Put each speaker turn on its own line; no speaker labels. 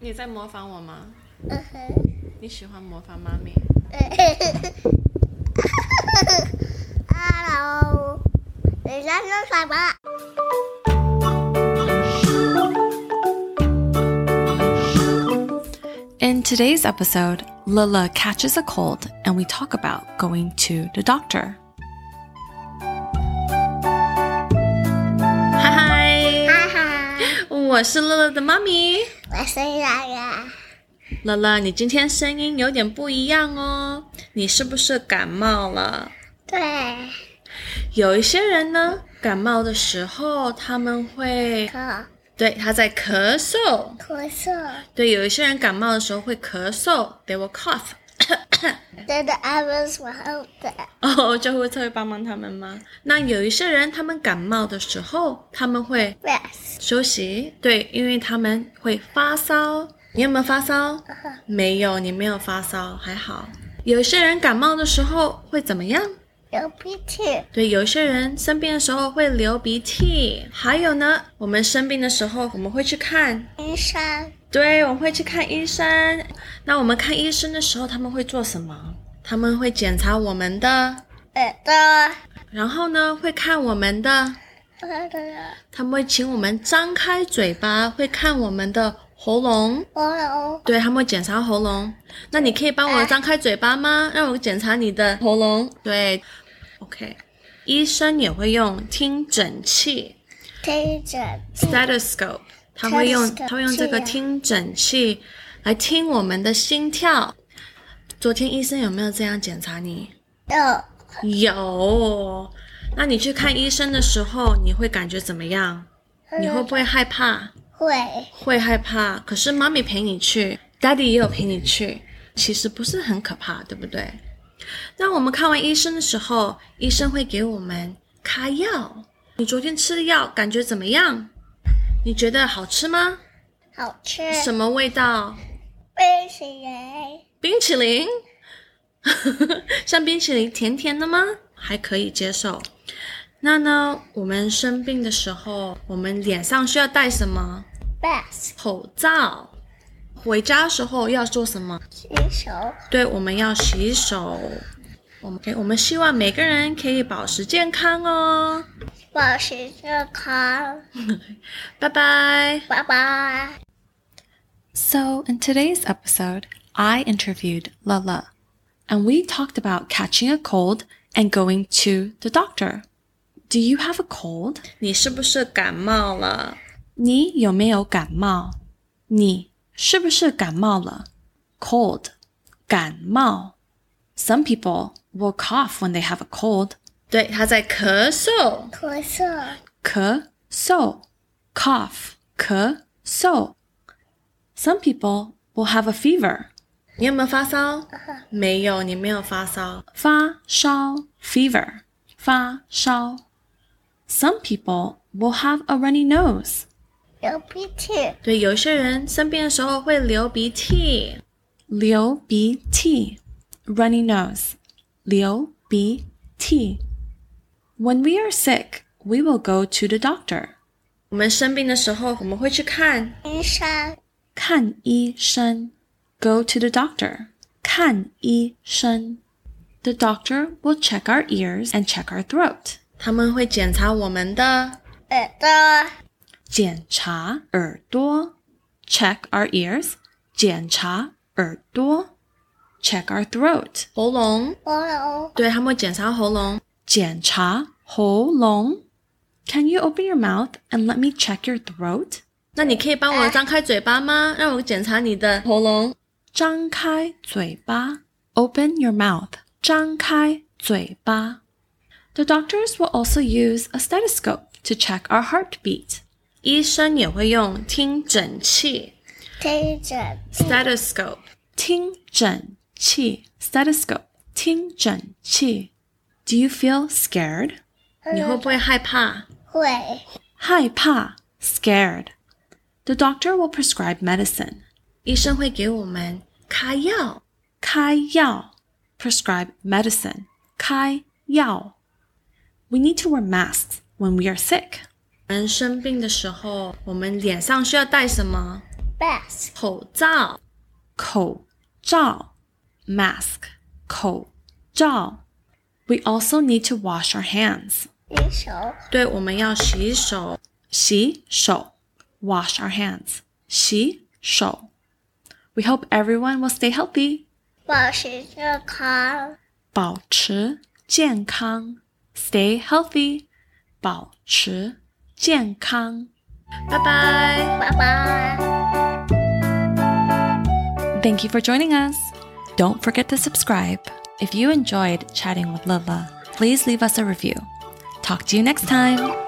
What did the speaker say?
你在模仿我吗？
嗯哼，
你喜欢模仿妈咪？
Hello，你在说什么？
In today's episode, Lila catches a cold and we talk about going to the doctor. Hi,
哈哈，
我是 Lila 的妈咪。
我是哪个？
乐乐，你今天声音有点不一样哦，你是不是感冒了？
对，
有一些人呢，感冒的时候他们会
咳
对他在咳嗽，
咳嗽，
对，有一些人感冒的时候会咳嗽，they will cough，
真的爱问我后的，
哦，救护车会帮忙他们吗？那有一些人他们感冒的时候他们会
喂，
休息，对，因为他们会发烧。你有没有发烧？没有，你没有发烧，还好。有些人感冒的时候会怎么样？
流鼻涕，
对，有些人生病的时候会流鼻涕，还有呢，我们生病的时候我们会去看，
医生
对，我们会去看医生。那我们看医生的时候，他们会做什么？他们会检查我们的，
耳朵，
然后呢，会看我们的，
耳朵，
他们会请我们张开嘴巴，会看我们的喉咙，
喉咙，
对，他们会检查喉咙。那你可以帮我张开嘴巴吗？让我检查你的喉咙。对，OK。医生也会用听诊器。
听着，
stethoscope，他会用
Stethoscope，
他会用这个
是啊
听诊器来听我们的心跳。昨天医生有没有这样检查你？
有
有。那你去看医生的时候，你会感觉怎么样？你会不会害怕？
会，
会害怕。可是妈咪陪你去，Daddy 也有陪你去，其实不是很可怕，对不对？那我们看完医生的时候，医生会给我们开药。你昨天吃的药感觉怎么样？你觉得好吃吗？
好吃，
什么味道？
冰淇淋，
冰淇淋？ 像冰淇淋甜甜的吗？还可以接受。那呢，我们生病的时候，我们脸上需要带什么？
mask，
口罩。回家的时候要做什么？
洗手，
对，我们要洗手。我们我们希望每个人可以保持健康哦。
保持健康。
拜拜。
拜拜。
So, in today's episode, I interviewed Lala, and we talked about catching a cold and going to the doctor. Do you have a cold? 你是不是感冒了？你有没有感冒？你是不是感冒了？Cold，感冒。Some people will cough when they have a cold. 对，他在咳嗽。
咳嗽，
咳嗽，cough，咳嗽。Some people will have a fever。你有没有发烧？没有，你没有发烧。发烧，fever，发烧。Some people will have a runny nose。
流鼻涕，
对，有些人生病的时候会流鼻涕，流鼻涕，runny nose，流鼻涕。When we are sick, we will go to the doctor。我们生病的时候，我们会去看
医生，
看医生，go to the doctor，看医生。The doctor will check our ears and check our throat。他们会检查我们的
耳朵，
检查耳朵，check our ears，检查耳朵，check our throat，喉咙，
喉咙，
对，他们会检查喉咙，检查喉咙。Can you open your mouth and let me check your throat？那你可以帮我张开嘴巴吗？让我检查你的喉咙。张开嘴巴，open your mouth，张开嘴巴。The doctors will also use a stethoscope to check our heartbeat。医生也会用听诊器
听着，
stethoscope 听诊器 stethoscope 听诊器。Do you feel scared？你会不会害怕？
会，
害怕 scared。The doctor will prescribe medicine。医生会给我们开药。开药 prescribe medicine。开药。We need to wear masks when we are sick。人生病的时候，我们脸上需要带什么？
Mask.
口罩，口罩，mask，口罩。We also need to wash our hands.
你手
对，我们要洗手，洗手，wash our hands，洗手。We hope everyone will stay healthy.
保持健康，
保持健康，stay healthy，保持健康。拜拜。
拜拜。
Thank you for joining us. Don't forget to subscribe. If you enjoyed chatting with Lila, please leave us a review. Talk to you next time.